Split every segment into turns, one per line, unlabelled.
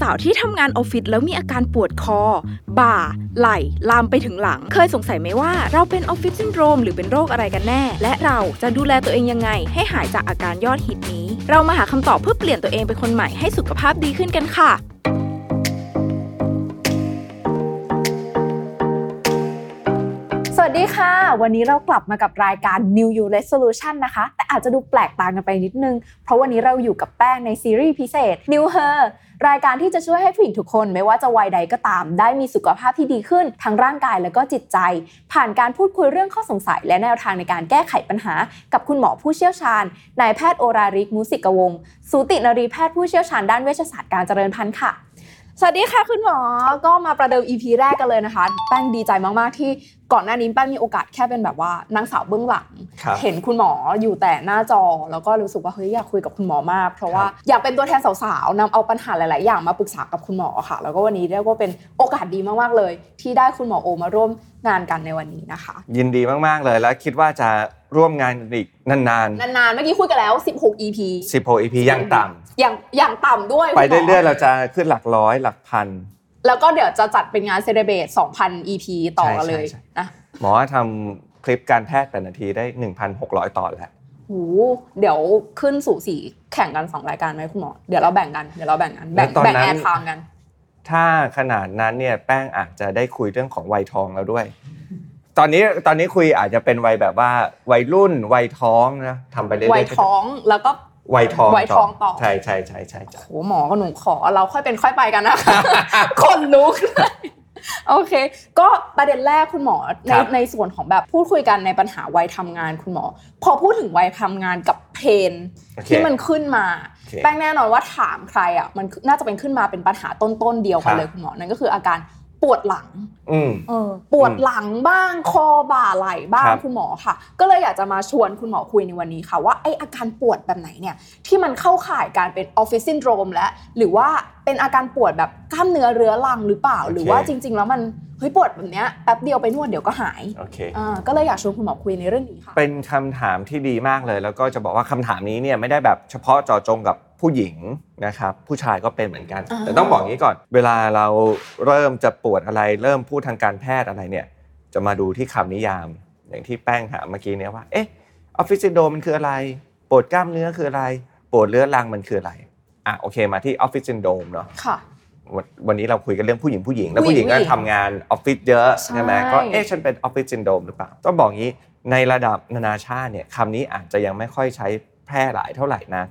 สาวๆ ที่ทำงานออฟฟิศแล้วมีอาการปวดคอ บ่า ไหล่ ลามไปถึงหลัง เคยสงสัยไหมว่าเราเป็นออฟฟิศซินโดรมหรือเป็นโรคอะไรกันแน่ และเราจะดูแลตัวเองยังไง ให้หายจากอาการยอดฮิตนี้ เรามาหาคำตอบเพื่อเปลี่ยนตัวเองเป็นคนใหม่ให้สุขภาพดีขึ้นกันค่ะ
สวัสดีค่ะ วันนี้เรากลับมากับรายการ New You Resolution นะคะ แต่อาจจะดูแปลกต่างกันไปนิดนึง เพราะวันนี้เราอยู่กับแป้งในซีรีส์พิเศษ New Her รายการที่จะช่วยให้ผู้หญิงทุกคนไม่ว่าจะวัยใดก็ตาม ได้มีสุขภาพที่ดีขึ้น ทั้งร่างกายและก็จิตใจ ผ่านการพูดคุยเรื่องข้อสงสัย และแนวทางในการแก้ไขปัญหา กับคุณหมอผู้เชี่ยวชาญนายแพทย์โอราริกมุสิกวงศ์สูตินรีแพทย์ผู้เชี่ยวชาญด้านเวชศาสตร์การเจริญพันธุ์ค่ะ สวัสดีค่ะคุณหมอ ก็มาประเดิม EP แรกกันเลยนะคะ แป้งดีใจมาก ๆ ที่ก่อนหน้านี้แป้งมีโอกาสแค่เป็นแบบว่านางสาวเบื้องหลัง
ครับ
เห็นคุณหมออยู่แต่หน้าจอ แล้วก็รู้สึกว่าเฮ้ยอยากคุยกับคุณหมอมาก เพราะว่าอยากเป็นตัวแทนสาวๆนำเอาปัญหาหลาย ๆ อย่างมาปรึกษากับคุณหมอค่ะ แล้วก็วันนี้เรียกว่าเป็นโอกาสดีมาก ๆ เลย ที่ได้คุณหมอโอมาร่วมงานกันในวันนี้นะคะ
ยินดีมาก ๆ เลยและคิดว่าจะร่วมงานกันอีกนาน
นาน ๆ เมื่อกี้คุยกันแล้ว 16 EP
ๆ16 EP ยังต่
อย่างอย่างต่ำด้วย
ำไป
คุณหม
เรื่อยๆเราจะขึ้นหลักร้อยหลักพัน
แล้วก็เดี๋ยวจะจัดเป็นงานเซเลเบต2,000 EP ต่อกันเลย
ใช่ใช่ใช่
นะ
หมอทำคลิปการแพทย์แต่นาทีได้ 1,600 ตอนแล้ว
หูเดี๋ยวขึ้นสู่สีแข่งกันสองรายการไหมคุณหมอ เดี๋ยวเราแบ่งกัน เดี๋ยวเราแบ่งกัน แบ่ง
แล้วตอน
แบ่ง
นั้น
แอร์ไทม์กัน
ถ้าขนาดนั้นเนี่ยแป้งอาจจะได้คุยเรื่องของวัยทองแล้วด้วย ตอนนี้ตอนนี้คุยอาจจะเป็นวัยแบบว่าวัยรุ่นวัยท้องนะทำไปเรื่อยๆ
วัยท้องแล้วก็
วัยทอง
วัยท้องต่อ
ใช่ใช่ใช่ใช่ใช่
โหหมอก็หนูขอเราค่อยเป็นค่อยไปกันนะคะ คนลุกเลยโอเค ก็ประเด็นแรกคุณหมอในในส่วนของแบบพูดคุยกันในปัญหาวัยทำงานคุณหมอ พอพูดถึงวัยทำงานกับเพน
โอเค
ที่มันขึ้นมา
โอเค
แป้งแน่นอนว่าถามใครอ่ะมันน่าจะเป็นขึ้นมาเป็นปัญหาต้นๆเดียวกัน
ครับ
เลยคุณหมอนั่นก็คืออาการปวดหลัง
อืม
ปวดหลังบ้างคอบ่าไหล่บ้าง
ครับ
คุณหมอค่ะ ก็เลยอยากจะมาชวนคุณหมอคุยในวันนี้ค่ะ ว่าไออาการปวดแบบไหนเนี่ยที่มันเข้าข่ายการเป็นออฟฟิศซินโดรมและหรือว่าเป็นอาการปวดแบบกล้ามเนื้อเรื้อรังหรือเปล่า หรือว่าจริง ๆ แล้วมันเฮ้ยปวดแบบเนี้ยแป๊บเดียวไปนวดเดี๋ยวก็หาย
โอเค
อ่าก็เลยอยากชวนคุณหมอคุยในเรื่องนี้ค่ะ
เป็นคำถามที่ดีมากเลย แล้วก็จะบอกว่าคำถามนี้เนี่ยไม่ได้แบบเฉพาะเจาะจงกับผู้หญิงนะครับผู้ชายก็เป็นเหมือนกัน แต่ต้องบอกอย่างนี้ก่อน เวลาเราเริ่มจะปวดอะไร เริ่มพูดทางการแพทย์อะไรเนี่ย จะมาดูที่คำนิยาม อย่างที่แป้งถามเมื่อกี้เนี่ยว่าเอ๊ะออฟฟิศซินโดรมมันคืออะไร ปวดกล้ามเนื้อคืออะไร ปวดเรื้อรังมันคืออะไรอ่ะโอเคมาที่ออฟฟิศซินโดรมเนาะ
ค่ะ
วันวันนี้เราคุยกันเรื่องผู้หญิงผู้หญิง แล้ว
ผู้
ผู้
ห
ห
ญิง
ญิงก็ทำงานออฟฟิศเยอะ
ใช่
ใช่ไหมก็เอ๊ะฉันเป็นออฟฟิศซินโดรมหรือเปล่า ต้องบอกงี้ในระดับนานาชาติเนี่ยคำนี้อาจจะยังไม่ค่อยใช้แพร่หลายเท่าไหร่นะ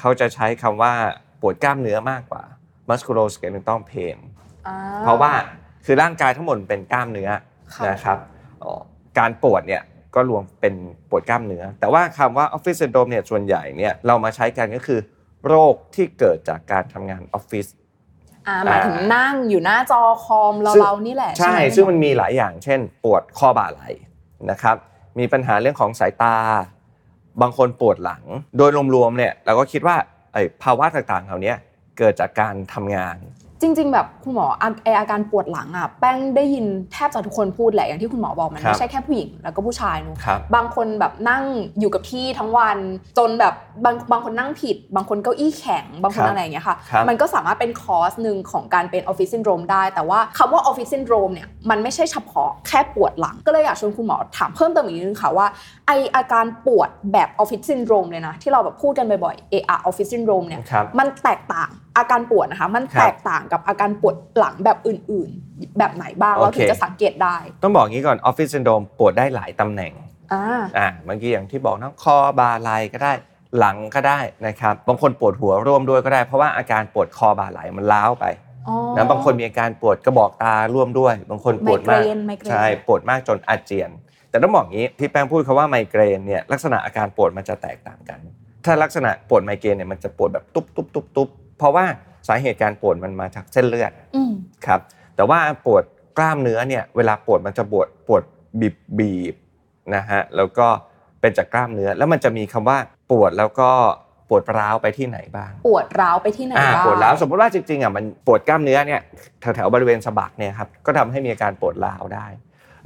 เขาจะใช้คำว่าปวดกล้ามเนื้อมากกว่า musculoskeletal pain
อ่
เพราะว่าคือร่างกายทั้งหมดเป็นกล้ามเนื้อ
ค่ะ
นะครับอ๋อการปวดเนี่ยก็รวมเป็นปวดกล้ามเนื้อ แต่ว่าคำว่าออฟฟิศซินโดรมเนี่ยส่วนใหญ่เนี่ยเรามาใช้กันก็คือ โรคที่เกิดจากการทำงานออฟฟิศ
อ่าหมายถึงนั่งอยู่หน้าจอคอมเรา
ซึ่ง
เรานี่แหละ
ใช่ ซึ่งมันมีหลายอย่าง เช่น ปวดข้อบ่าไหล่นะครับ มีปัญหาเรื่องของสายตา บางคนปวดหลัง โดยรวมๆ เนี่ยเราก็คิดว่าไอ้ภาวะต่างๆ เหล่านี้เกิดจากการทำงาน
จริง ๆ แบบคุณหมออาไออาการปวดหลังอ่ะแป้งได้ยินแทบจะทุกคนพูดแหละอย่างที่คุณหมอบอกมัน
ครับ
ไม่ใช่แค่ผู้หญิงแล้วก็ผู้ชายเนอะ
ครับ
บางคนแบบนั่งอยู่กับที่ทั้งวัน จนแบบบางบางคนนั่งผิด บางคนเก้าอี้แข็ง บางคน
ครับ
อะไรอย่างเงี้ยค่ะ
ครับ
มันก็สามารถเป็นคอสหนึ่งของการเป็นออฟฟิศซินโดรมได้ แต่ว่าคำว่าออฟฟิศซินโดรมเนี่ยมันไม่ใช่เฉพาะแค่ปวดหลัง ก็เลยอยากชวนคุณหมอถามเพิ่มเติมอีกนิดนึงค่ะว่าไออาการปวดแบบออฟฟิศซินโดรมเลยนะที่เราแบบพูดกันบ่อยๆเออออฟฟิศซินโดรมเนี่ย
ครับ
มันแตกต่างอาการปวดนะคะ มัน
ครับ
แตกต่างกับอาการปวดหลังแบบอื่นๆ แบบไหนบ้าง
โอเค
เราถึงจะสังเกตได้
ต้องบอกงี้ก่อนออฟฟิศซินโดรมปวดได้หลายตำแหน่ง
อ่า
อ่าเมื่อกี้อย่างที่บอกนะคอบ่าไหล่ก็ได้หลังก็ได้นะครับ บางคนปวดหัวร่วมด้วยก็ได้ เพราะว่าอาการปวดคอบ่าไหล่มันล้าวไป
อ๋อ
นะบางคนมีอาการปวดกระบอกตาร่วมด้วย บางคนปวดมา
ไมเก
ก
รนไมเกรน
ใช่ปวดมากจนอาเจียน แต่ต้องบอกงี้ที่แป้งพูดคาว่าไมเกรนเนี่ยลักษณะอาการปวดมันจะแตกต่างกัน ถ้าลักษณะปวดไมเกรนเนี่ยมันจะปวดแบบตุ๊บตุ๊บตุ๊บตุ๊บเพราะว่าสาเหตุการปวดมันมาจากเส้นเลือด
อืม
ครับแต่ว่าปวดกล้ามเนื้อเนี่ยเวลาปวดมันจะปวดปวดบีบบีบนะฮะแล้วก็เป็นจากกล้ามเนื้อแล้วมันจะมีคำว่าปวดแล้วก็ปวดร้าวไปที่ไหนบ้าง
ปวดร้าวไปที่ไหน
อ่า
บ้าง
ปวดร้าวสมมติว่าจริงๆอ่ะมันปวดกล้ามเนื้อเนี่ยแถวๆบริเวณสะบักเนี่ยครับก็ทำให้มีอาการปวดร้าวได้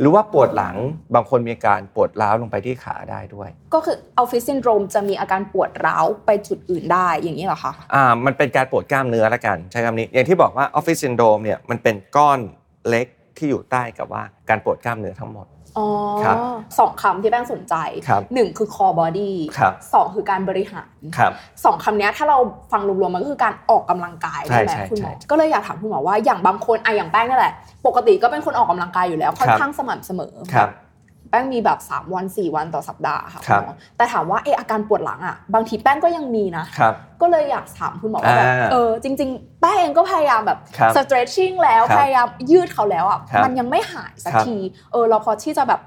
หรือว่าปวดหลังบางคนมีอาการปวดร้าวลงไปที่ขาได้ด้วย
ก็คือออฟฟิศซินโดรมจะมีอาการปวดร้าวไปจุดอื่นได้อย่างนี้เหรอคะ
อ่ามันเป็นการปวดกล้ามเนื้อละกันใช้คำนี้อย่างที่บอกว่าออฟฟิศซินโดรมเนี่ยมันเป็นก้อนเล็กที่อยู่ใต้กับว่าการปวดกล้ามเนื้อทั้งหมด
อ๋อ
ครับ
สองคำที่แป้งสนใจ
ครับ
หนึ่งคือ core body
ครับ
สองคือการบริหาร
ครับ
สองคำเนี้ยถ้าเราฟังรวมๆมันก็คือการออกกำลังกายใช่
ใช่
ไหม
ใช่
คุณหมอ
ใช่
ก็เลยอยากถามคุณหมอว่าอย่างบางคนไอะอย่างแป้งนี่แหละ ปกติก็เป็นคนออกกำลังกายอยู่แล้วค่อน
ครับ
ข้างสม่ำเสมอ
ครับ
แป้งมีแบบ 3 วัน 4 วันต่อสัปดาห์ค่ะ
ครับ
คุณหมอแต่ถามว่าเอออาการปวดหลังอ่ะบางทีแป้งก็ยังมีนะ
ครับ
ก็เลยอยากถามคุณหมอว่าแบบ
อ่า
เออจริง ๆ แป้งเองก็พยายามแบบ
ครับ
stretching แล้ว
ครับ
พยายามยืดเขาแล้วอ่ะ
ครับ
มันยังไม่หายสัก
ครับ
ทีเออเราพอที่จะแบบ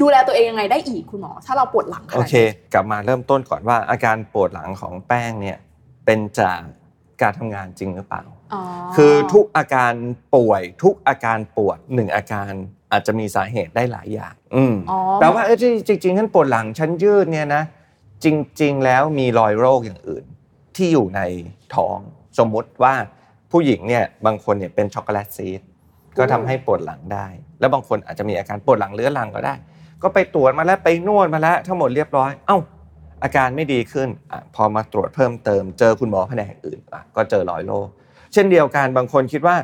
ดูแลตัวเองยังไงได้อีกคุณหมอ ถ้าเราปวดหลังข
โอ
นาด
เค
นี้
กลับมาเริ่มต้นก่อนว่าอาการปวดหลังของแป้งเนี่ยเป็นจากการทำงานจริงหรือเปล่า
อ๋อ
คือทุกอาการป่วยทุกอาการปวดหนึ่งอาการอาจจะมีสาเหตุได้หลายอย่าง อืม
อ๋อ
แปลว่าเอ้ยจริงๆฉันปวดหลังฉันยืดเนี่ยนะจริง ๆ แล้วมีรอยโรคอย่างอื่น ที่อยู่ในท้องสมมุติว่าผู้หญิงเนี่ยบางคนเนี่ยเป็นช็อกโกแลตซีดก็ทำให้ปวดหลังได้ แล้วบางคนอาจจะมีอาการปวดหลังเรื้อรังก็ได้ ก็ไปตรวจมาแล้วไปนวดมาแล้วทั้งหมดเรียบร้อย เอ้า อาการไม่ดีขึ้นอะพอมาตรวจเพิ่มเติม เจอคุณหมอแผนกอื่นอ่ะก็เจอรอยโรค เช่นเดียวกันบางคนคิดว่า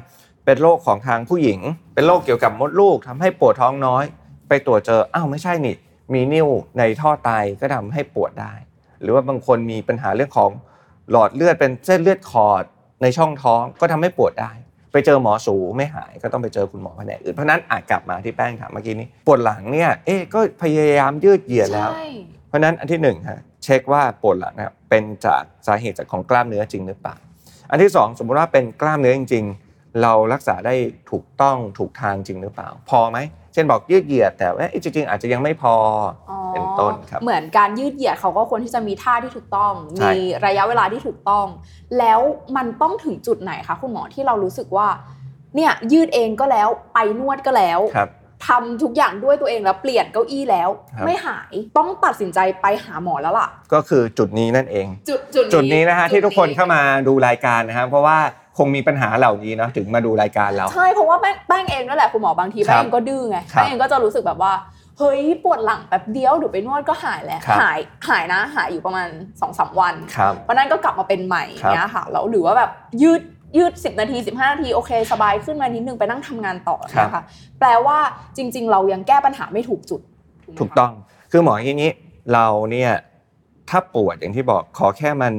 เป็นโรคของทางผู้หญิง เป็นโรคเกี่ยวกับมดลูกทำให้ปวดท้องน้อย ไปตรวจเจออ้าวไม่ใช่นี่ มีนิ่วในท่อไตก็ทำให้ปวดได้ หรือว่าบางคนมีปัญหาเรื่องของหลอดเลือดเป็นเส้นเลือดขอดในช่องท้องก็ทำให้ปวดได้ ไปเจอหมอสูไม่หายก็ต้องไปเจอคุณหมอแผนกอื่นเพราะฉะนั้นอาจกลับมาที่แป้งถามเมื่อกี้นี้ปวดหลังเนี่ยเอ๊ะก็พยายามยืดเหยียดแล้ว
ใช่
เพราะฉะนั้นอันที่หนึ่งฮะเช็คว่าปวดหลังนะครับเป็นจากสาเหตุจากของกล้ามเนื้อจริงหรือเปล่าอันที่สองสมมุติว่าเป็นกล้ามเนื้อจริง ๆ เรารักษาได้ถูกต้องถูกทางจริงหรือเปล่า พอไหมเช่นบอกยืดเหยียดแต่ว่าเอ๊ะจริง ๆ อาจจะยังไม่พอ
อ๋อ
เป็นต้นครับ
เหมือนการยืดเหยียดเขาก็ควรที่จะมีท่าที่ถูกต้อง
ใช่
มีระยะเวลาที่ถูกต้อง แล้วมันต้องถึงจุดไหนคะคุณหมอที่เรารู้สึกว่าเนี่ยยืดเองก็แล้วไปนวดก็แล้ว
ครับ
ทำทุกอย่างด้วยตัวเองแล้วเปลี่ยนเก้าอี้แล้ว
ครับ
ไม่หายต้องตัดสินใจไปหาหมอแล้วล่ะ
ก็คือจุดนี้นั่นเอง
จุดจุด
จุดนี้นะฮะที่ทุกคนเข้ามาดูรายการนะครับเพราะว่าคงมีปัญหาเหล่านี้เนาะถึงมาดูรายการเรา
ใช่เพราะว่าแป้งแป้งเองนั่นแหละคุณหมอบางที
ครั
แป้ง
บ
เองก็ดื้อไง
ครับ
แป้งเองก็จะรู้สึกแบบว่าเฮ้ยปวดหลังแป๊บเดียวเดี๋ยวไปนวดก็หายแล้ว
ครับ
หายหายนะหายอยู่ประมาณ2อสวัน
ครับ
วันนั้นก็กลับมาเป็นใหม่
ครับ
เนี้ยค่ะแล้วหรือว่าแบบยืดยืด 10 นาที 15 นาทีโอเค สบายขึ้นมานิดนึงไปนั่งทำงานต่อนะคะแปลว่าจริง ๆ เรายังแก้ปัญหาไม่ถูกจุด
ถูก
ไหมคะ
ต้อง คือหมออย่างนี้เราเนี่ยถ้าปวดอย่างที่บอกขอแค่มัน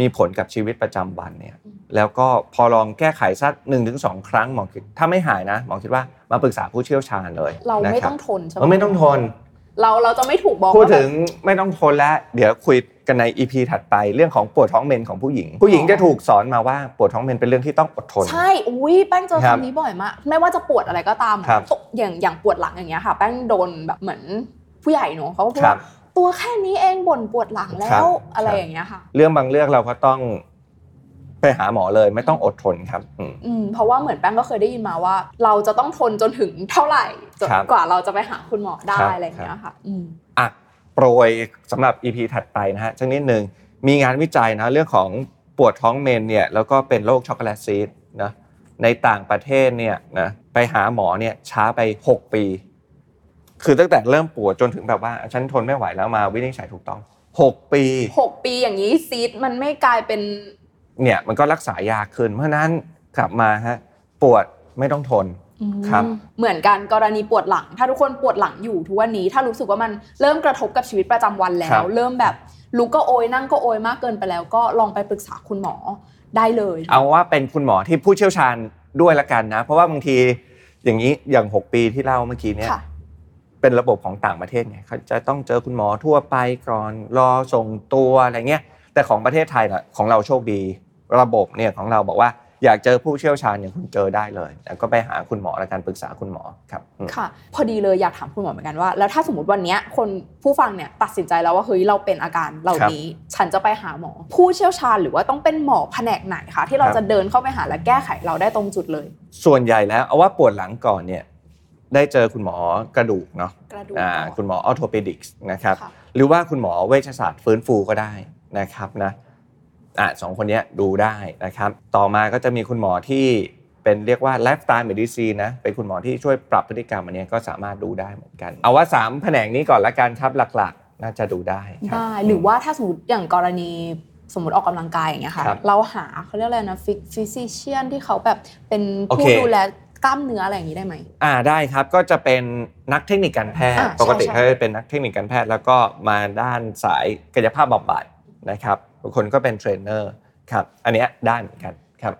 มีผลกับชีวิตประจำวันเนี่ยแล้วก็พอลองแก้ไขสัก1นถึงสครั้งหมอคิดถ้าไม่หายนะหมอคิดว่ามาปรึกษาผู้เชี่ยวชาญเลย
เราไม่
นะค
ต้อ
บ
งทนใช่ไหม
เออไม่ต้องทน
เราเราจะไม่ถูกบอก
พูด
ว่าแบบ
ถึงไม่ต้องทนแล้ว เดี๋ยวคุยกันใน EP ถัดไปเรื่องของปวดท้องเมนของผู้หญิง ผู้หญิงจะถูกสอนมาว่าปวดท้องเมนเป็นเรื่องที่ต้องอดทน
ใช่ อุ้ยแป้งเจอ
ครับ
คำนี้บ่อยมาก ไม่ว่าจะปวดอะไรก็ตามอะ
ครับ
ตกอย่างอย่างปวดหลังอย่างเงี้ยค่ะ แป้งโดนแบบเหมือนผู้ใหญ่เนอะเขาก็พูด
ครับ
ว่าตัวแค่นี้เองบ่นปวดหลังแล้วอะไรอย่างเงี้ยค่ะ
เรื่องบางเรื่องเราก็ต้องไปหาหมอเลยไม่ต้องอดทนครับอืม
อืมเพราะว่าเหมือนแป้งก็เคยได้ยินมาว่า เราจะต้องทนจนถึงเท่าไหร่จน
ครับ
กว่าเราจะไปหาคุณหมอได้
ครับ
อะไรอย่างเงี้ยค่ะ อืม
อ่ะโปรยสำหรับ EP ถัดไปนะฮะสักนิดหนึ่งมีงานวิจัยนะเรื่องของปวดท้องเมนเนี่ยแล้วก็เป็นโรคช็อกโกแลตซีดนะในต่างประเทศเนี่ยนะไปหาหมอเนี่ยช้าไป 6 ปี คือตั้งแต่เริ่มปวดจนถึงแบบว่าฉันทนไม่ไหวแล้วมาวินิจฉัยถูกต้อง 6 ปี
หกปีอย่างนี้ซีดมันไม่กลายเป็น
เนี่ยมันก็รักษายากขึ้น เพราะฉะนั้นกลับมาฮะปวดไม่ต้องทน ครับ
เหมือนกันกรณีปวดหลัง ถ้าทุกคนปวดหลังอยู่ทุกวันนี้ถ้ารู้สึกว่ามันเริ่มกระทบกับชีวิตประจำวันแล้
ครั
ว
บ
เริ่มแบบลุกก็โอยนั่งก็โอยมากเกินไปแล้วก็ลองไปปรึกษาคุณหมอได้เลย
เอาว่าเป็นคุณหมอที่ผู้เชี่ยวชาญด้วยละกันนะ เพราะว่าบางทีอย่างนี้อย่าง 6 ปีที่เล่าเมื่อกี้เนี่ย
ค่ะ
เป็นระบบของต่างประเทศไงเขาจะต้องเจอคุณหมอทั่วไปก่อนรอส่งตัวอะไรเงี้ยแต่ของประเทศไทยน่ะของเราโชคดี ระบบเนี่ยของเราบอกว่าอยากเจอผู้เชี่ยวชาญอย่างคุณเจอได้เลย แล้วก็ไปหาคุณหมอและการปรึกษาคุณหมอครับอืม
ค่ะ พอดีเลยอยากถามคุณหมอเหมือนกันว่า แล้วถ้าสมมติวันเนี้ยคนผู้ฟังเนี่ยตัดสินใจแล้วว่าเฮ้ยเราเป็นอาการเหล่านี้ ฉันจะไปหาหมอ ผู้เชี่ยวชาญหรือว่าต้องเป็นหมอแผนกไหนคะที่เรา
ครับ
จะเดินเข้าไปหาและแก้ไขเราได้ตรงจุดเลย
ส่วนใหญ่แล้วเอาว่าปวดหลังก่อนเนี่ยได้เจอคุณหมอกระดูกเนาะ
กระดูก
อ่า
ก่อน
คุณหมอออโทเปดิกส์นะครับ
ค่ะ
หรือว่าคุณหมอเวชศาสตร์ฟื้นฟูก็ได้นะครับนะอ่ะสองคนเนี้ยดูได้นะครับ ต่อมาก็จะมีคุณหมอที่ เป็นเรียกว่าไลฟ์สไตล์เมดิซีนะเป็นคุณหมอที่ช่วยปรับพฤติกรรมอันเนี้ยก็สามารถดูได้เหมือนกัน เอาว่าสามแผนกนี้ก่อนละกันครับหลักๆ น่าจะดูได้คบ
ได้หรือว่าถ้าสมมติอย่างกรณีสมมติออกกำลังกายอย่างเงี้ยค่ะ
ครับ
เราหาเขาเรียกอะไรนะฟิกฟิซิเชียนที่เขาแบบเป็น
โอ
ผู้
เค
ดูแลกล้ามเนื้ออะไรอย่างนี้ได้ไหม
อ่าได้ครับก็จะเป็นนักเทคนิคการแพทย์
อ่าใช่
ปกติ
ใช่
เขาจะเป็นนักเทคนิคการแพทย์แล้วก็มาด้านสายกายภาพบำบัดนะครับบางคนก็เป็นเทรนเนอร์ครับอันเนี้ยได้เหมือนกันครับ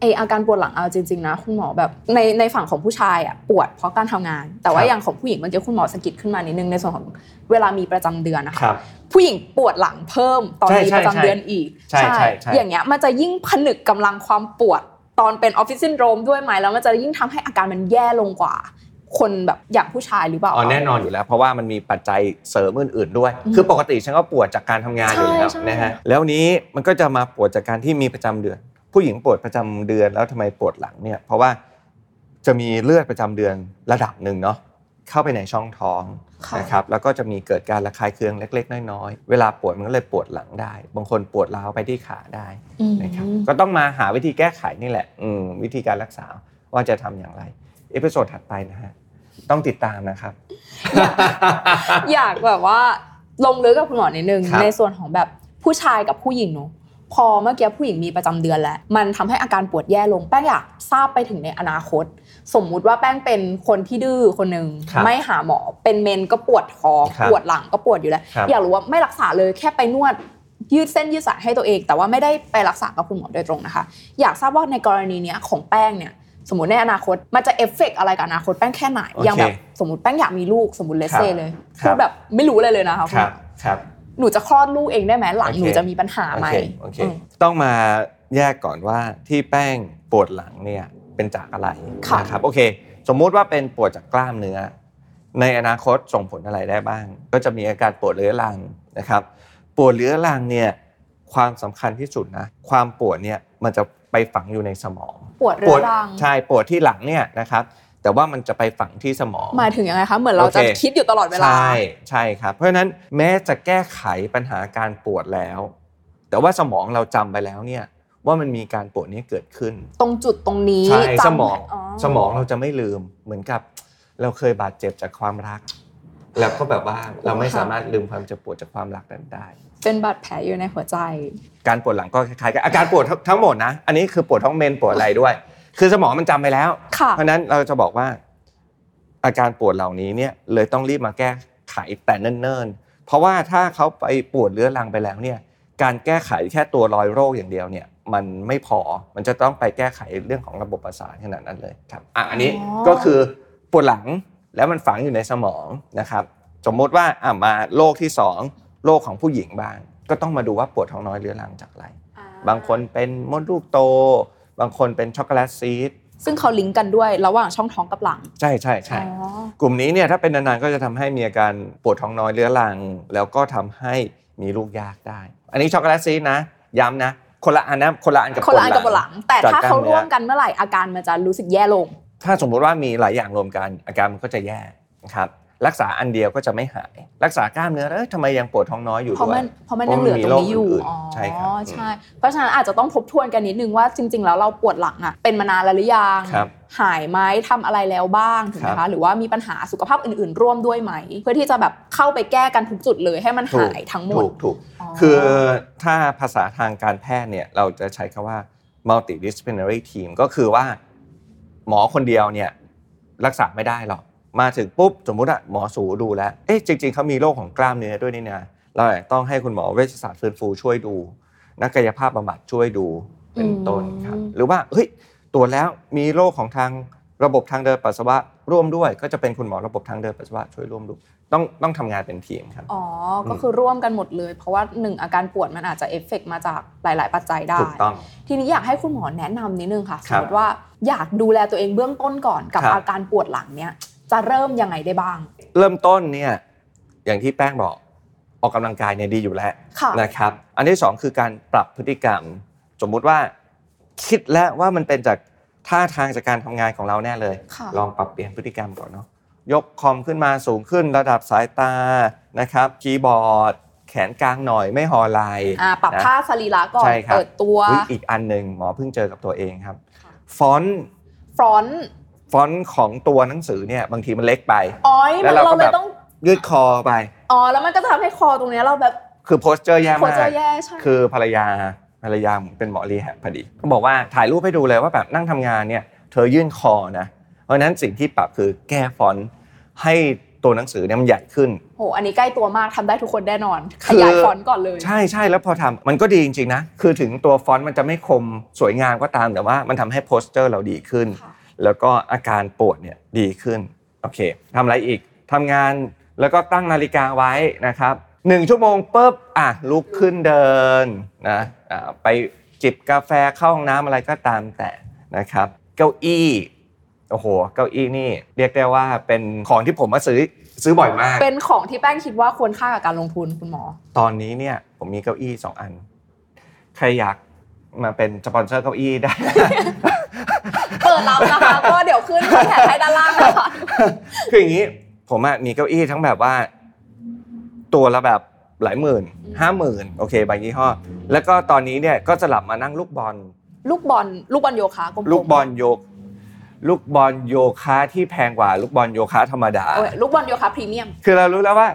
ไออาการปวดหลังเอาจริงๆนะคุณหมอแบบในในฝั่งของผู้ชายอ่ะปวดเพราะการทำงาน แต่ว่า
ครับ
อย่างของผู้หญิงเมื่อกี้คุณหมอสะกิดขึ้นมานิดนึงในส่วนของเวลามีประจำเดือนนะ
ค
คะ
รับ
ผู้หญิงปวดหลังเพิ่มตอน
ใช่
มี
ใช่
ประจำ
ใช่
เดือนอีก
ใช่ใช่ใช่
อย่างเงี้ยมันจะยิ่งผนึกกำลังความปวดตอนเป็นออฟฟิศซินโดรมด้วยไหมแล้วมันจะยิ่งทำให้อาการมันแย่ลงกว่า คนแบบอย่างผู้ชายหรือเปล่า
อ๋อแน่นอนอยู่แล้ว เพราะว่ามันมีปัจจัยเสริมอื่น ๆด้วย
อืม
คือปกติฉันก็ปวดจากการทำงานอยู่แล้ว
ใช่ใช่
นะฮะแล้วนี้มันก็จะมาปวดจากการที่มีประจำเดือน ผู้หญิงปวดประจำเดือนแล้วทำไมปวดหลังเนี่ยเพราะว่าจะมีเลือดประจำเดือนระดับหนึ่งเนาะเข้าไปในช่องท้อง
ค่ะ
นะครับแล้วก็จะมีเกิดการระคายเคืองเล็ก ๆ น้อยๆเวลาปวดมันก็เลยปวดหลังได้ บางคนปวดร้าวไปที่ขาได้
อืม
นะครับก็ต้องมาหาวิธีแก้ไขนี่แหละอืมวิธีการรักษาว่าจะทำอย่างไรเอพิโซดถัดไปนะฮะต้องติดตามนะครับ
อยากแบบว่าลงลึกกับคุณหมอนิดนึง
ครับ
ในส่วนของแบบผู้ชายกับผู้หญิงเนอะพอเมื่อกี้ผู้หญิงมีประจำเดือนแล้ว มันทำให้อาการปวดแย่ลงแป้งอยากทราบไปถึงในอนาคต สมมุติว่าแป้งเป็นคนที่ดื้อคนหนึ่ง
ครับ
ไม่หาหมอเป็นเมนก็ปวดคอ
ครับ
ปวดหลังก็ปวดอยู่แล้ว
ครับ
อยากรู้ว่าไม่รักษาเลยแค่ไปนวดยืดเส้นยืดสายให้ตัวเอง แต่ว่าไม่ได้ไปรักษากับคุณหมอโดยตรงนะคะ อยากทราบว่าในกรณีเนี้ยของแป้งเนี่ย สมมติในอนาคตมันจะเอฟเฟกต์อะไรกับอนาคตแป้งแค่ไหน
โอเค
อย่างแบบสมมติแป้งอยากมีลูกสมมติเลสเซ่เลย
ครั
พู
บ
ดแบบไม่รู้เลยเลยนะคะ
ครับครับ
หนูจะคลอดลูกเองได้ไหมหลัง
โอเค
หนูจะมีปัญหา
โอ
ไหม
เคโอเค
อืม
ต้องมาแยกก่อนว่าที่แป้งปวดหลังเนี่ยเป็นจากอะไร
ค่ะ
นะครับโอเค สมมุติว่าเป็นปวดจากกล้ามเนื้อ ในอนาคตส่งผลอะไรได้บ้าง ก็จะมีอาการปวดเรื้อรังนะครับ ปวดเรื้อรังเนี่ยความสำคัญที่สุดนะความปวดเนี่ยมันจะไปฝังอยู่ในสมอง
ปวด
ป
เรื้
ว
อ
ด
รัง
ใช่ปวดที่หลังเนี่ยนะครับ แต่ว่ามันจะไปฝังที่สมอง
หมายถึงยังไงคะเหมือนเรา
โอเค
จะคิดอยู่ตลอดเวลา
ใช่ใช่ครับ เพราะฉะนั้นแม้จะแก้ไขปัญหาการปวดแล้ว แต่ว่าสมองเราจำไปแล้วเนี่ยว่ามันมีการปวดนี้เกิดขึ้น
ตรงจุดตรงนี้
ใช่
จำ
สมอง
อ
สมองเราจะไม่ลืมเหมือนกับเราเคยบาดเจ็บจากความรัก แล้วก็แบบว่าเราไม่สามารถลืมความเจ็บปวดจากความรักนั้นได้
เป็นบาดแผลอยู่ในหัวใจ
การปวดหลังก็คล้ายๆกันอาการปวดทั้งทั้งหมดนะ อันนี้คือปวดท้องเมนปวดอะไรด้วย คือสมองมันจำไปแล้ว
ค่ะ
เพราะฉะนั้นเราจะบอกว่าอาการปวดเหล่านี้เนี่ยเลยต้องรีบมาแก้ไขแต่เนิ่นๆ เพราะว่าถ้าเขาไปปวดเรื้อรังไปแล้วเนี่ยการแก้ไขแค่ตัวรอยโรคอย่างเดียวเนี่ยมันไม่พอมันจะต้องไปแก้ไขเรื่องของระบบประสาทขนาดนั้นเลยครับอ่ะอันนี้
อ๋อ
ก็คือปวดหลังแล้วมันฝังอยู่ในสมองนะครับ สมมติว่าอ่ะมาโรคที่สองโรคของผู้หญิงบ้าง ก็ต้องมาดูว่าปวดท้องน้อยเรื้อรังจากอะไร บางคนเป็นมดลูกโต บางคนเป็นช็อกโกแลตซีด
ซึ่งเขาลิงก์กันด้วยระหว่างช่องท้องกับหลัง
ใช่ใช่ใช่
อ๋อก
ลุ่มนี้เนี่ยถ้าเป็นนานๆก็จะทำให้มีอาการปวดท้องน้อยเรื้อรัง แล้วก็ทำให้มีลูกยากได้ อันนี้ช็อกโกแลตซีสนะ ย้ำนะ คนละอันนะคนละอันกับ
คนละอันกับปวดหลัง แต่
จก
ถ้าเขา
กล้นื้อ
ร่วมกันเมื่อไหร่อาการมันจะรู้สึกแย่ลง
ถ้าสมมุติว่ามีหลายอย่างรวมกัน อาการมันก็จะแย่นะครับรักษาอันเดียวก็จะไม่หาย รักษากล้ามเนื้อแล้วเอ๊ะทำไมยังปวดท้องน้อยอยู่
เพราะ
ด้ว
มั
ย
นเพราะมันยังเหลือตรงนี้อยู่
เพราะมันมีโรคอื่นๆ
อ๋อ
ใช่ครับ
ใช่ เพราะฉะนั้นอาจจะต้องทบทวนกันนิดนึงว่าจริง ๆ แล้วเราปวดหลังอ่ะเป็นมานานแล้วหรือยัง
ครับ
หายไหมทำอะไรแล้วบ้างถูกไหม
ครั
คะ
บ
หรือว่ามีปัญหาสุขภาพอื่นๆ ร่วมด้วยไหม เพื่อที่จะแบบเข้าไปแก้กันทุกจุดเลยให้มัน
ถูก
หายทั้งหมด
ถูกถูก คือถ้าภาษาทางการแพทย์เนี่ยเราจะใช้คำว่า multidisciplinary team ก็คือว่าหมอคนเดียวเนี่ยรักษาไม่ได้หรอก มาถึงปุ๊บสมมุติอะหมอสูดูแล้ว เอ๊ะจริง ๆเขามีโรคของกล้ามเนื้อด้วยนี่นะเราอาจจะต้องให้คุณหมอเวชศาสตร์ฟื้นฟูช่วยดู นักกายภาพบำบัดช่วยดูเป็นต้นครับหรือว่าเฮ้ยตรวจแล้วมีโรคของทางระบบทางเดินปัสสาวะร่วมด้วย ก็จะเป็นคุณหมอระบบทางเดินปัสสาวะช่วยร่วมดูต้องต้องทำงานเป็นทีมครับ
อ๋อก็คือร่วมกันหมดเลย เพราะว่าหนึ่งอาการปวดมันอาจจะเอฟเฟกต์มาจากหลาย ๆ ปัจจัยได้
ถูกต้อง
ทีนี้อยากให้คุณหมอแนะนำนิดนึงค่ะ
ค
ส
รั
ม
บ
มติว่าอยากดูแลตัวเองเบื้องต้นก่อนกับ
ครับ
อาการปวดหลังเนี้ยจะเริ่มยังไงได้บ้าง
เริ่มต้นเนี่ยอย่างที่แป้งบอกออกกำลังกายเนี่ยดีอยู่แล้ว
ค่ะ
นะครับ อันที่สองคือการปรับพฤติกรรม สมมุติว่าคิดแล้วว่ามันเป็นจากท่าทางจากการทำงานของเราแน่เลย
ค่ะ
ลองปรับเปลี่ยนพฤติกรรมก่อนเนาะยกคอมขึ้นมาสูงขึ้นระดับสายตานะครับคีย์บอร์ด แขนกลางหน่อยไม่หอไหล
อ่าปรับท่าสรีระก่อน
ใช่ครับ
เปิดตัว
เฮ้ยอีกอันหนึ่งหมอเพิ่งเจอกับตัวเองครับ
ค่ะ
ฟอนต์
ฟรอนต์
ฟอนต์ของตัวหนังสือเนี่ยบางทีมันเล็กไป
อ๋อยมั
แล้
น
วเราก็
เราเล
แบ
ย
บ
ต้อง
ยืดคอไป
อ๋อแล้วมันก็จะทำให้คอตรงเนี้ยเราแบบ
คือโพสเจอร์แย่
โค
มา
จะ
ก
แย่ใช่
คือภรรยาภรรยาผมเป็นหมอรีแฮบพอดีก็บอกว่าถ่ายรูปให้ดูเลยว่าแบบนั่งทำงานเนี่ย เธอยื่นคอนะเพราะฉะนั้นสิ่งที่ปรับคือแก้ฟอนต์ให้ตัวหนังสือเนี่ยมันใหญ่ขึ้น
โห อันนี้ใกล้ตัวมากทำได้ทุกคนแน่นอน
คื
ข
อ
ยายฟอนต์ก่อนเลย
ใช่ใช่แล้วพอทำมันก็ดีจริงๆนะ คือถึงตัวฟอนต์มันจะไม่คมสวยงามก็ตามแต่ว่ามันทำให้โพสเจอร์เราดีขึ้น
ค่ะ
แล้วก็อาการปวดเนี่ยดีขึ้นโอเคทำอะไรอีกทำงานแล้วก็ตั้งนาฬิกาไว้นะครับหนึ่งชั่วโมงปุ๊บอ่ะลุกขึ้นเดินนะอ่าไปจิบกาแฟเข้าห้องน้ำอะไรก็ตามแต่นะครับ เก้าอี้โอ้โหเก้าอี้นี่ เรียกได้ว่าเป็นของที่ผมมาซื้อซื้อบ่อยมาก
เป็นของที่แป้งคิดว่าควรค่ากับการลงทุนคุณหมอ
ตอนนี้เนี่ยผมมีเก้าอี้สองอัน ใครอยากมาเป็นสปอนเซอร์เก้าอี้ได้
เปิดรับนะคะ ก็เดี๋ยวขึ้นแถบให้ด้านล่างนะคะ
คืออย่างนี้ผมอะมีเก้าอี้ทั้งแบบว่า ตัวละแบบหลายหมื่นห้าหมื่นโอเคบางยี่ห้อ แล้วก็ตอนนี้เนี่ยก็สลับมานั่งลูกบอล
ลูกบอล ลูกบอลโยคะกลมๆ
ลูกบอลโยก ลูกบอลโยคะที่แพงกว่า ลูกบอลโยคะธรรมดา
โอ้ยลูกบอลโยคะพรีเมียม
คือเรารู้แล้วว่า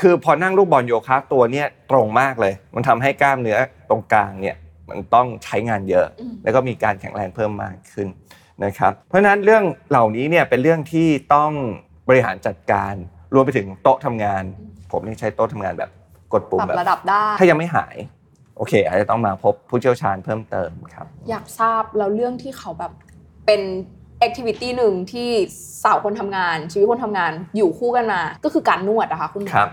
คือพอนั่งลูกบอลโยคะตัวเนี่ยตรงมากเลย มันทำให้กล้ามเนื้อตรงกลางเนี่ยมันต้องใช้งานเยอะ
อืม
แล้วก็มีการแข็งแรงเพิ่มมากขึ้นนะครับ เพราะฉะนั้นเรื่องเหล่านี้เนี่ยเป็นเรื่องที่ต้องบริหารจัดการ รวมไปถึงโต๊ะทำงาน ผมนี่ใช้โต๊ะทำงานแบบกดปุ่ม
ปรับ
แบบ
ระดับได้
ถ้ายังไม่หาย โอเค อาจจะต้องมาพบผู้เชี่ยวชาญเพิ่มเติมครับ
อยากทราบแล้วเรื่องที่เขาแบบเป็นแอคทิวิตี้หนึ่งที่สาวคนทำงาน ชีวิตคนทำงานอยู่คู่กันมา ก็คือการนวดนะคะคุณหมอ
ครับ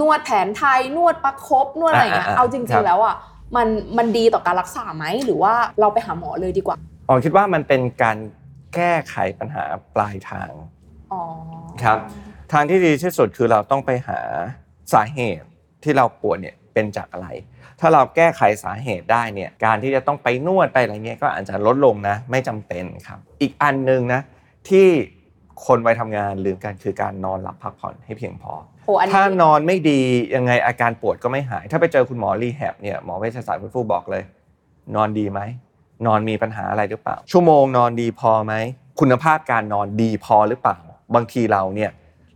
นวดแผนไทยนวดประคบนวดอะไรอย่างเงี้ย
อ่าๆๆ
เอาจริ
ครั
งๆ
บ
แล้วอ่ะมันมันดีต่อการรักษาไหมหรือว่าเราไปหาหมอเลยดีกว่า
ออคิดว่ามันเป็นการแก้ไขปัญหาปลายทาง
อ๋อ
ครับทางที่ดีที่สุดคือเราต้องไปหาสาเหตุที่เราปวดเนี่ยเป็นจากอะไร ถ้าเราแก้ไขสาเหตุได้เนี่ยการที่จะต้องไปนวดไปอะไรเงี้ยก็อาจจะลดลงนะไม่จำเป็นครับ อีกอันหนึ่งนะที่คนวัยทำงานลืมกันคือการนอนหลับพักผ่อนให้เพียงพอ
โหอันนี้
ถ้านอนไม่ดียังไงอาการปวดก็ไม่หาย ถ้าไปเจอคุณหมอรีแฮบเนี่ยหมอเวชศาสตร์ฟื้นฟูบอกเลย นอนดีไหม นอนมีปัญหาอะไรหรือเปล่า ชั่วโมงนอนดีพอไหม คุณภาพการนอนดีพอหรือเปล่า บางทีเราเนี่ย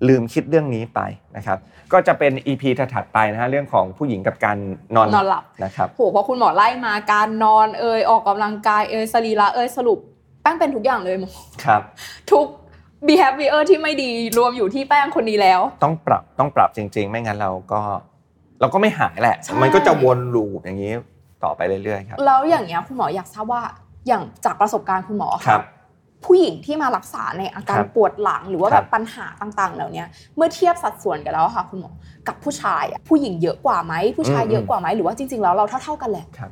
ลืมคิดเรื่องนี้ไปนะครับ ก็จะเป็น EP ถัดๆไปนะฮะเรื่องของผู้หญิงกับการนอน
นอนหลับ
นะครับ
โหพอคุณหมอไล่มาการนอนเอยออกกำลังกายเอยสรีระเอยสรุปแป้งเป็นทุกอย่างเลยหมอ
ครับ
ทุก behavior ที่ไม่ดีรวมอยู่ที่แป้งคนนี้แล้ว
ต้องปรับต้องปรับจริง ๆ ไม่งั้นเราก็เราก็ไม่หายแหละ
ใช่
มันก็จะวนลูปอย่างนี้ต่อไปเรื่อยๆครับ
แล้วอย่างเงี้ยคุณหมออยากทราบว่าอย่างจากประสบการณ์คุณหมอ
ครั
ค่ะ
บ
ผู้หญิงที่มารักษาในอาการ
ครับ
ปวดหลังหรือว่า
ครั
แบบ บปัญหาต่างๆ เหล่าเนี้ยเมื่อเทียบสัดส่วนกันแล้วอะค่ะคุณหมอกับผู้ชายอะผู้หญิงเยอะกว่าไหมผู้ชายเยอะกว่าไหมหรือว่าจริงๆแล้วเราเท่าๆกันแหละ
ครับ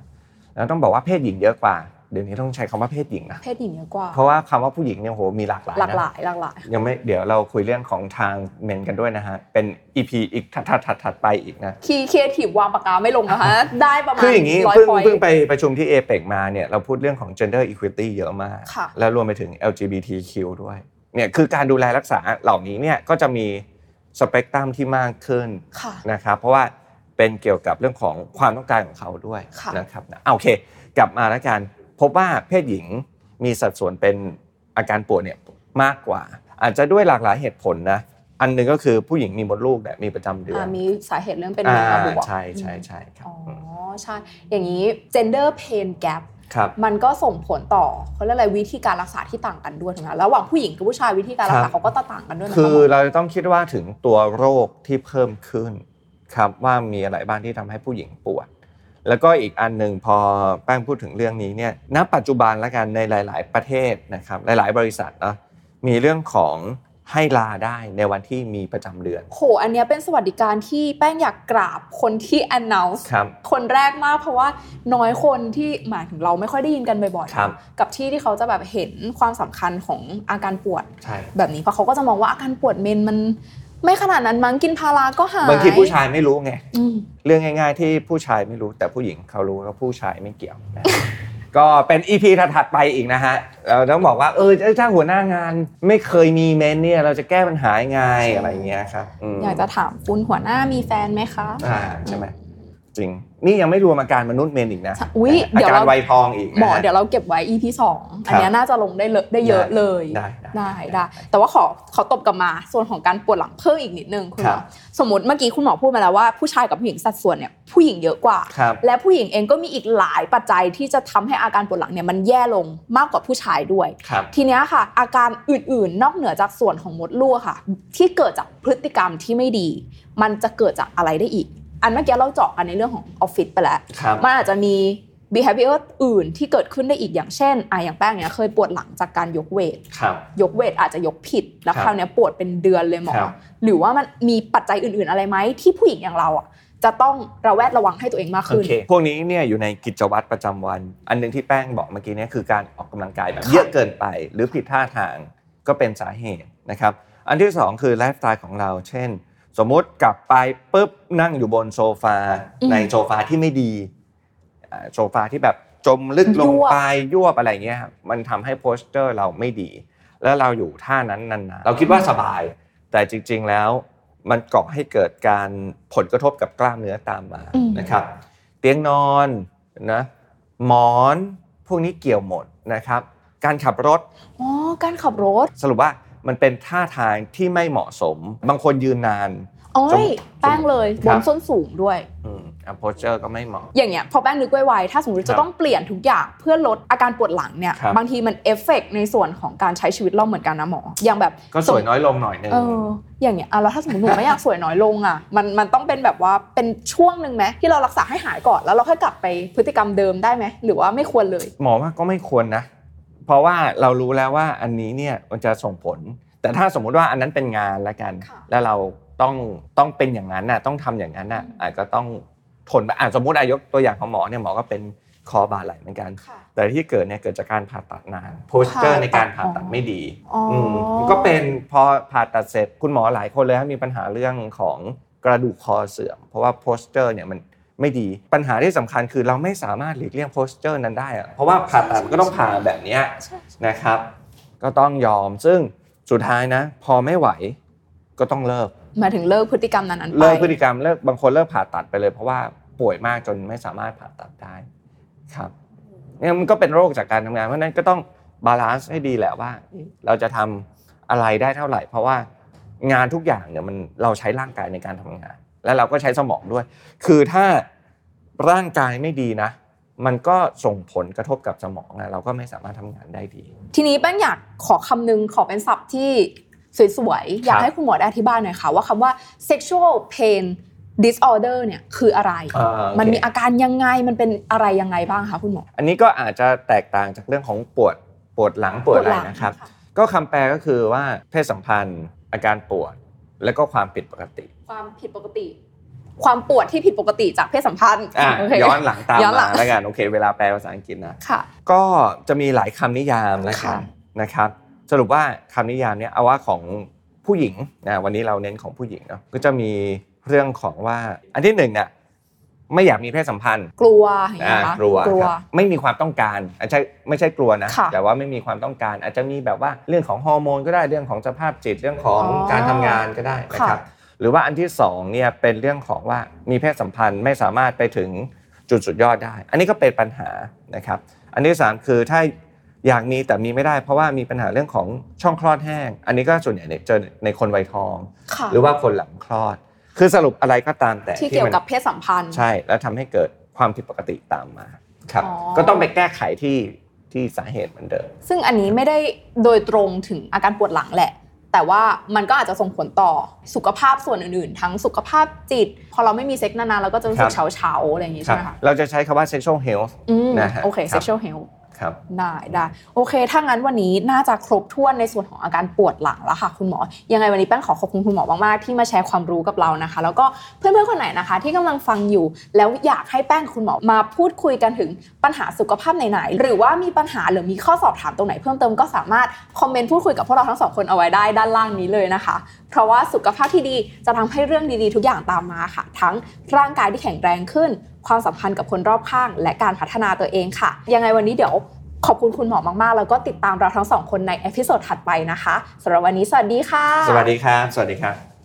แล้วต้องบอกว่าเพศหญิงเยอะกว่า เดี๋ยวนี้ต้องใช้คำว่าเพศหญิงนะ
เพศหญิงเยอะกว่า
เพราะว่าคำว่าผู้หญิงเนี่ยโหมีหลากหลาย
หลากห
นะ
ลายหลากหลาย
ยังไม่เดี๋ยวเราคุยเรื่องของทางเมนกันด้วยนะฮะเป็น EP อีกถัดๆถัดๆไปอีกนะ
คีย์เคทีฟวางปากกาไม่ลง นะคะได้ประมาณ
คืออย่างนี้
ร้อย
เพิ่ง
พอย
เพิ่งไปประชุมที่เอเปกมาเนี่ยเราพูดเรื่องของ gender equity เยอะมาก
ค่ะ
แล้วรวมไปถึง LGBTQ ด้วยเนี่ยคือการดูแลรักษาเหล่านี้เนี่ยก็จะมีสเปกตรัมที่มากขึ้น
ค่ะ
นะครับเพราะว่าเป็นเกี่ยวกับเรื่องของความต้องการของเขาด้วย
ค่ะ
นะครับนะอ่ะโอเค กลับมาแล้วกันพบว่าเพศหญิงมีสัดส่วนเป็นอาการปวดเนี่ยมากกว่า อาจจะด้วยหลากหลายเหตุผลนะอันหนึ่งก็คือผู้หญิงมีมดลูกเนี่ยมีประจำเดือ
อ่าน มีสาเหตุเรื่องเป็น
อ่า
เมนระบุอะ
ใช่ใช่ใช่ครับ
อ๋อใช่ อย่างนี้ gender pain gap
ครับ
มันก็ส่งผลต่อเขาเรียกอะไรวิธีการรักษาที่ต่างกันด้วยถูกไหมระหว่างผู้หญิงกับผู้ชายวิธีการรัก
ครั
ษา
บ
เขาก็ต่างกันด้วยนะะ
คื
ห
อ
ม
เราจะต้องคิดว่าถึงตัวโรคที่เพิ่มขึ้นครับว่ามีอะไรบ้างที่ทำให้ผู้หญิงปวด แล้วก็อีกอันหนึ่งพอแป้งพูดถึงเรื่องนี้เนี่ยณปัจจุบันละกันในหลาย ๆ ประเทศนะครับหลาย ๆ บริษัทนะมีเรื่องของให้ลาได้ในวันที่มีประจำเดือน
โห อันเนี้ยเป็นสวัสดิการที่แป้งอยากกราบคนที่ announce
ครับ
คนแรกมากเพราะว่าน้อยคนที่หมายถึงเราไม่ค่อยได้ยินกันบ่อยๆ
ครับ
กับที่ที่เขาจะแบบเห็นความสำคัญของอาการปวด
ใช่
แบบนี้เพราะเขาก็จะมองว่าอาการปวดเมนมันไม่ขนาดนั้นมั้งกินพาราก็หาย
บางทีผู้ชายไม่รู้ไง
อืม
เรื่องง่าย ๆ ที่ผู้ชายไม่รู้แต่ผู้หญิงเขารู้แล้วผู้ชายไม่เกี่ยวนะ ก็เป็นอีพีถัดๆไปอีกนะฮะเราต้องบอกว่าเออถ้าหัวหน้างานไม่เคยมีเมนเนี่ยเราจะแก้ปัญหายังไง
ใช่
อะไรอย่างเงี้ยครับม
อยากจะถามคุณหัวหน้ามีแฟนไหมคะ
อ่าใช่ไหม จริง นี่ยังไม่รวมอาการมนุษย์เมนอีกนะ
อุ๊ยเดี๋ยว
การ
เรา
ไวยทองอีกนะ
หมอ
ฮะ
เดี๋ยวเราเก็บไว้ EP 2 อันเนี้ยน่าจะลงได้เลอะได้เยอะ
ได้
เลย
ได้ได้
ได้ได้แต่ว่าขอขอตบกลับมาส่วนของการปวดหลังเพิ่มอีกนิดนึงคุณหม
ครั
อบ สมมติเมื่อกี้คุณหมอพูดมาแล้วว่าผู้ชายกับผู้หญิงสัดส่วนเนี่ยผู้หญิงเยอะกว่า
ครับ
และผู้หญิงเองก็มีอีกหลายปัจจัยที่จะทำให้อาการปวดหลังเนี่ยมันแย่ลงมากกว่าผู้ชายด้วย
ครับ
ทีเนี้ยค่ะ อาการอื่นๆ นอกเหนือจากส่วนของมดลูกค่ะ ที่เกิดจากพฤติกรรมที่ไม่ดี มันจะเกิดจากอะไรได้อีก อันเมื่อกี้เราเจาะกันในเรื่องของออฟฟิศไปแล้ว
ครับ
มันอาจจะมี behavior อื่นที่เกิดขึ้นได้อีกอย่างเช่นอ่ะอย่างแป้งเนี่ยเคยปวดหลังจากการยกเวท
ครับ
ยกเวทอาจจะยกผิด แล้ว
ครับ
คราวเนี้ยปวดเป็นเดือนเลยหมอ
ครับ
หรือว่ามันมีปัจจัยอื่นๆอะไรไหมที่ผู้หญิงอย่างเราอ่ะจะต้องระแวดระวังให้ตัวเองมาก
โอ
ขึ้น
เค พวกนี้เนี่ยอยู่ในกิจวัตรประจำวัน อันหนึงที่แป้งบอกเมื่อกี้เนี่ยคือการออกกำลังกายแบบเยอะเกินไป หรือผิดท่าทางก็เป็นสาเหตุนะครับ อันที่สองคือไลฟ์สไตล์ของเรา เช่น สมมุติกลับไปปุ๊บนั่งอยู่บนโซฟา
อืม
ในโซฟาที่ไม่ดีอ่าโซฟาที่แบบจมลึกลง
ยวบ
ไปยวบอะไรเงี้ยครับมันทำให้โพสเจอร์เราไม่ดี แล้วเราอยู่ท่านั้นนานๆเราคิดว่าสบาย แต่จริงๆแล้วมันก่อให้เกิดการผลกระทบกับกล้ามเนื้อตามมา
อืม
นะครับ เตียงนอนนะหมอนพวกนี้เกี่ยวหมดนะครับ การขับรถ
อ๋อการขับรถ
สรุปว่ามันเป็นท่าทางที่ไม่เหมาะสม บางคนยืนนาน
โอ้
สม
ยแป้งเลย
ครับ บ
นส้นสูงด้วย
อืมอัพโพสเจอร์ก็ไม่เหมาะ
อย่างเงี้ยพอแป้งนึกไวๆถ้าสมมติ
ครั
จะ
บ
ต้องเปลี่ยนทุกอย่างเพื่อลดอาการปวดหลังเนี่ย
ครับ
บางทีมันเอฟเฟกต์ในส่วนของการใช้ชีวิตเราเหมือนกันนะหมออย่างแบบ
ก็สวยน้อยลงหน่อยนึง
เออ อย่างเงี้ยอ่ะแล้วถ้าสมมติหนูไม่อยากสวยน้อยลงอ่ะ มัน มันต้องเป็นแบบว่า เป็นช่วงหนึ่งไหมที่เรารักษาให้หายก่อน แล้วเราค่อยกลับไปพฤติกรรมเดิมได้ไหม หรือว่าไม่ควรเลย
หมอว่าก็ไม่ควรนะ เพราะว่าเรารู้แล้วว่าอันนี้เนี่ยมันจะส่งผล แต่ถ้าสมมุติว่าอันนั้นเป็นงานละกัน
ค่ะ
แล้วเราต้องต้องเป็นอย่างนั้นน่ะต้องทำอย่างนั้นน่ะ
อืม
อาจจะต้องทนไปอ่ะสมมติอายกตัวอย่างของหมอเนี่ยหมอก็เป็นคอบ่าไหลเหมือนกัน แต่ที่เกิดเนี่ยเกิดจากการผ่าตัดนานโพสเจอร์
ผ่าตัด
ในการผ่าตัด
อ๋อ
ไม่ดี
อ๋ออ
มก็เป็นพอผ่าตัดเสร็จคุณหมอหลายคนเลยฮะมีปัญหาเรื่องของกระดูกคอเสื่อม เพราะว่าโพสเจอร์เนี่ยมันไม่ดีปัญหาที่สำคัญคือเราไม่สามารถหลีกเลี่ยงโพสเจอร์นั้นได้อะเพราะว่าผ่าตัดมันก็ต้องผ่าแบบเนี้ย
ใช่
นะครับ ก็ต้องยอมซึ่งสุดท้ายนะ พอไม่ไหวก็ต้องเลิก
หมายถึงเลิกพฤติกรรมนั้นๆไป
เลิกพฤติกรรมเลิกบางคนเลิกผ่าตัดไปเลย เพราะว่าป่วยมากจนไม่สามารถผ่าตัดได้ครับเนี่ยมันก็เป็นโรคจากการทำงานเพราะฉะนั้นก็ต้องบาลานซ์ให้ดีแหละว่า เราจะทำอะไรได้เท่าไหร่ เพราะว่างานทุกอย่างเนี่ยมันเราใช้ร่างกายในการทำงาน และเราก็ใช้สมองด้วย คือถ้าร่างกายไม่ดีนะ มันก็ส่งผลกระทบกับสมองนะเราก็ไม่สามารถทำงานได้ดี
ทีนี้แป้งอยากขอคำนึง ขอเป็นศัพท์ที่สวยๆ อยากให้คุณหมอได้อธิบายหน่อยค่ะ ว่าคำว่า sexual pain disorder เนี่ยคืออะไร
อ่าโอเค
มันมีอาการยังไง มันเป็นอะไรยังไงบ้างคะคุณหมอ
อันนี้ก็อาจจะแตกต่างจากเรื่องของปวดปวดหลังปวดอะไรนะครับ ก็คำแปลก็คือว่าเพศสัมพันธ์ อาการปวด และก็ความผิดปกติ
ความผิดปกติ ความปวดที่ผิดปกติจากเพศสัมพันธ์
อ่ะ
โเค
ย้อนหลังตาม
ย้อนหลั
มาง แล้วกันโอเค เวลาแปลภาษาอังกฤษนะ
ค่ะ
ก็จะมีหลายคำนิยามแล้วกัน
ค่ะ
นะครับ สรุปว่าคำนิยามเนี่ยเอาว่าของผู้หญิงนะวันนี้เราเน้นของผู้หญิงเนาะก็จะมีเรื่องของว่าอันที่หนึ่งเนี่ยไม่อยากมีเพศสัมพันธ์
กลัวอย่างเงี้ยคะ
อ่ะกลัว
กลัว
ครับไม่มีความต้องการอาจจะไม่ใช่กลัวนะ
ค่ะ
แต่ว่าไม่มีความต้องการ อาจจะมีแบบว่าเรื่องของฮอร์โมนก็ได้เรื่องของสภาพจิตเรื่องของการทำงานก็ได้นะครับ หรือว่าอันที่สองเนี่ยเป็นเรื่องของว่ามีเพศสัมพันธ์ไม่สามารถไปถึงจุดสุดยอดได้ อันนี้ก็เป็นปัญหานะครับ อันที่สามคือถ้าอยากมีแต่มีไม่ได้ เพราะว่ามีปัญหาเรื่องของช่องคลอดแห้ง อันนี้ก็ส่วนใหญ่เนี่ยเจอในคนวัยทอง
ค่ะ
หรือว่าคนหลังคลอด คือสรุปอะไรก็ตามแต่
ที่เกี่ยว
มัน
กับเพศสัมพันธ์
ใช่ แล้วทำให้เกิดความผิดปกติตามมาครับ
อ๋อ
ก็ต้องไปแก้ไขที่ที่สาเหตุเหมือนเดิม
ซึ่งอันนี้ไม่ได้โดยตรงถึงอาการปวดหลังแหละ แต่ว่ามันก็อาจจะส่งผลต่อสุขภาพส่วนอื่นๆ ทั้งสุขภาพจิต พอเราไม่มีเซ็กซ์นานๆเราก็จะรู้สึ
ครั
ก
บ
เฉาๆอะไรอย่างงี้
ครั
ใช่
บ
ไหมคะ
เราจะใช้คำว่า sexual health
อืม
นะฮะ
โอเค
ครับ
sexual health
ครับ
ได้ได้โอเค ถ้างั้นวันนี้น่าจะครบถ้วนในส่วนของอาการปวดหลังแล้วค่ะคุณหมอ ยังไงวันนี้แป้งขอขอบคุณคุณหมอมากๆที่มาแชร์ความรู้กับเรานะคะ แล้วก็เพื่อนๆคนไหนนะคะ ที่กำลังฟังอยู่ แล้วอยากให้แป้งกับคุณหมอมาพูดคุยกันถึงปัญหาสุขภาพไหนๆหรือว่ามีปัญหาหรือมีข้อสอบถามตรงไหนเพิ่มเติมก็สามารถคอมเมนต์พูดคุยกับพวกเราทั้งสองคนเอาไว้ได้ด้านล่างนี้เลยนะคะ เพราะว่าสุขภาพที่ดีจะทำให้เรื่องดีๆ ทุกอย่างตามมาค่ะ ทั้งร่างกายที่แข็งแรงขึ้น ความสัมพันธ์กับคนรอบข้าง และการพัฒนาตัวเองค่ะ ยังไงวันนี้เดี๋ยว ขอบคุณคุณหมอมาก ๆ แล้วก็ติดตามเราทั้งสองคนในเอพิโซดถัดไปนะคะสำหรับวันนี้สวัสดีค่ะ
สวัสดีครับ สวัสดีครับ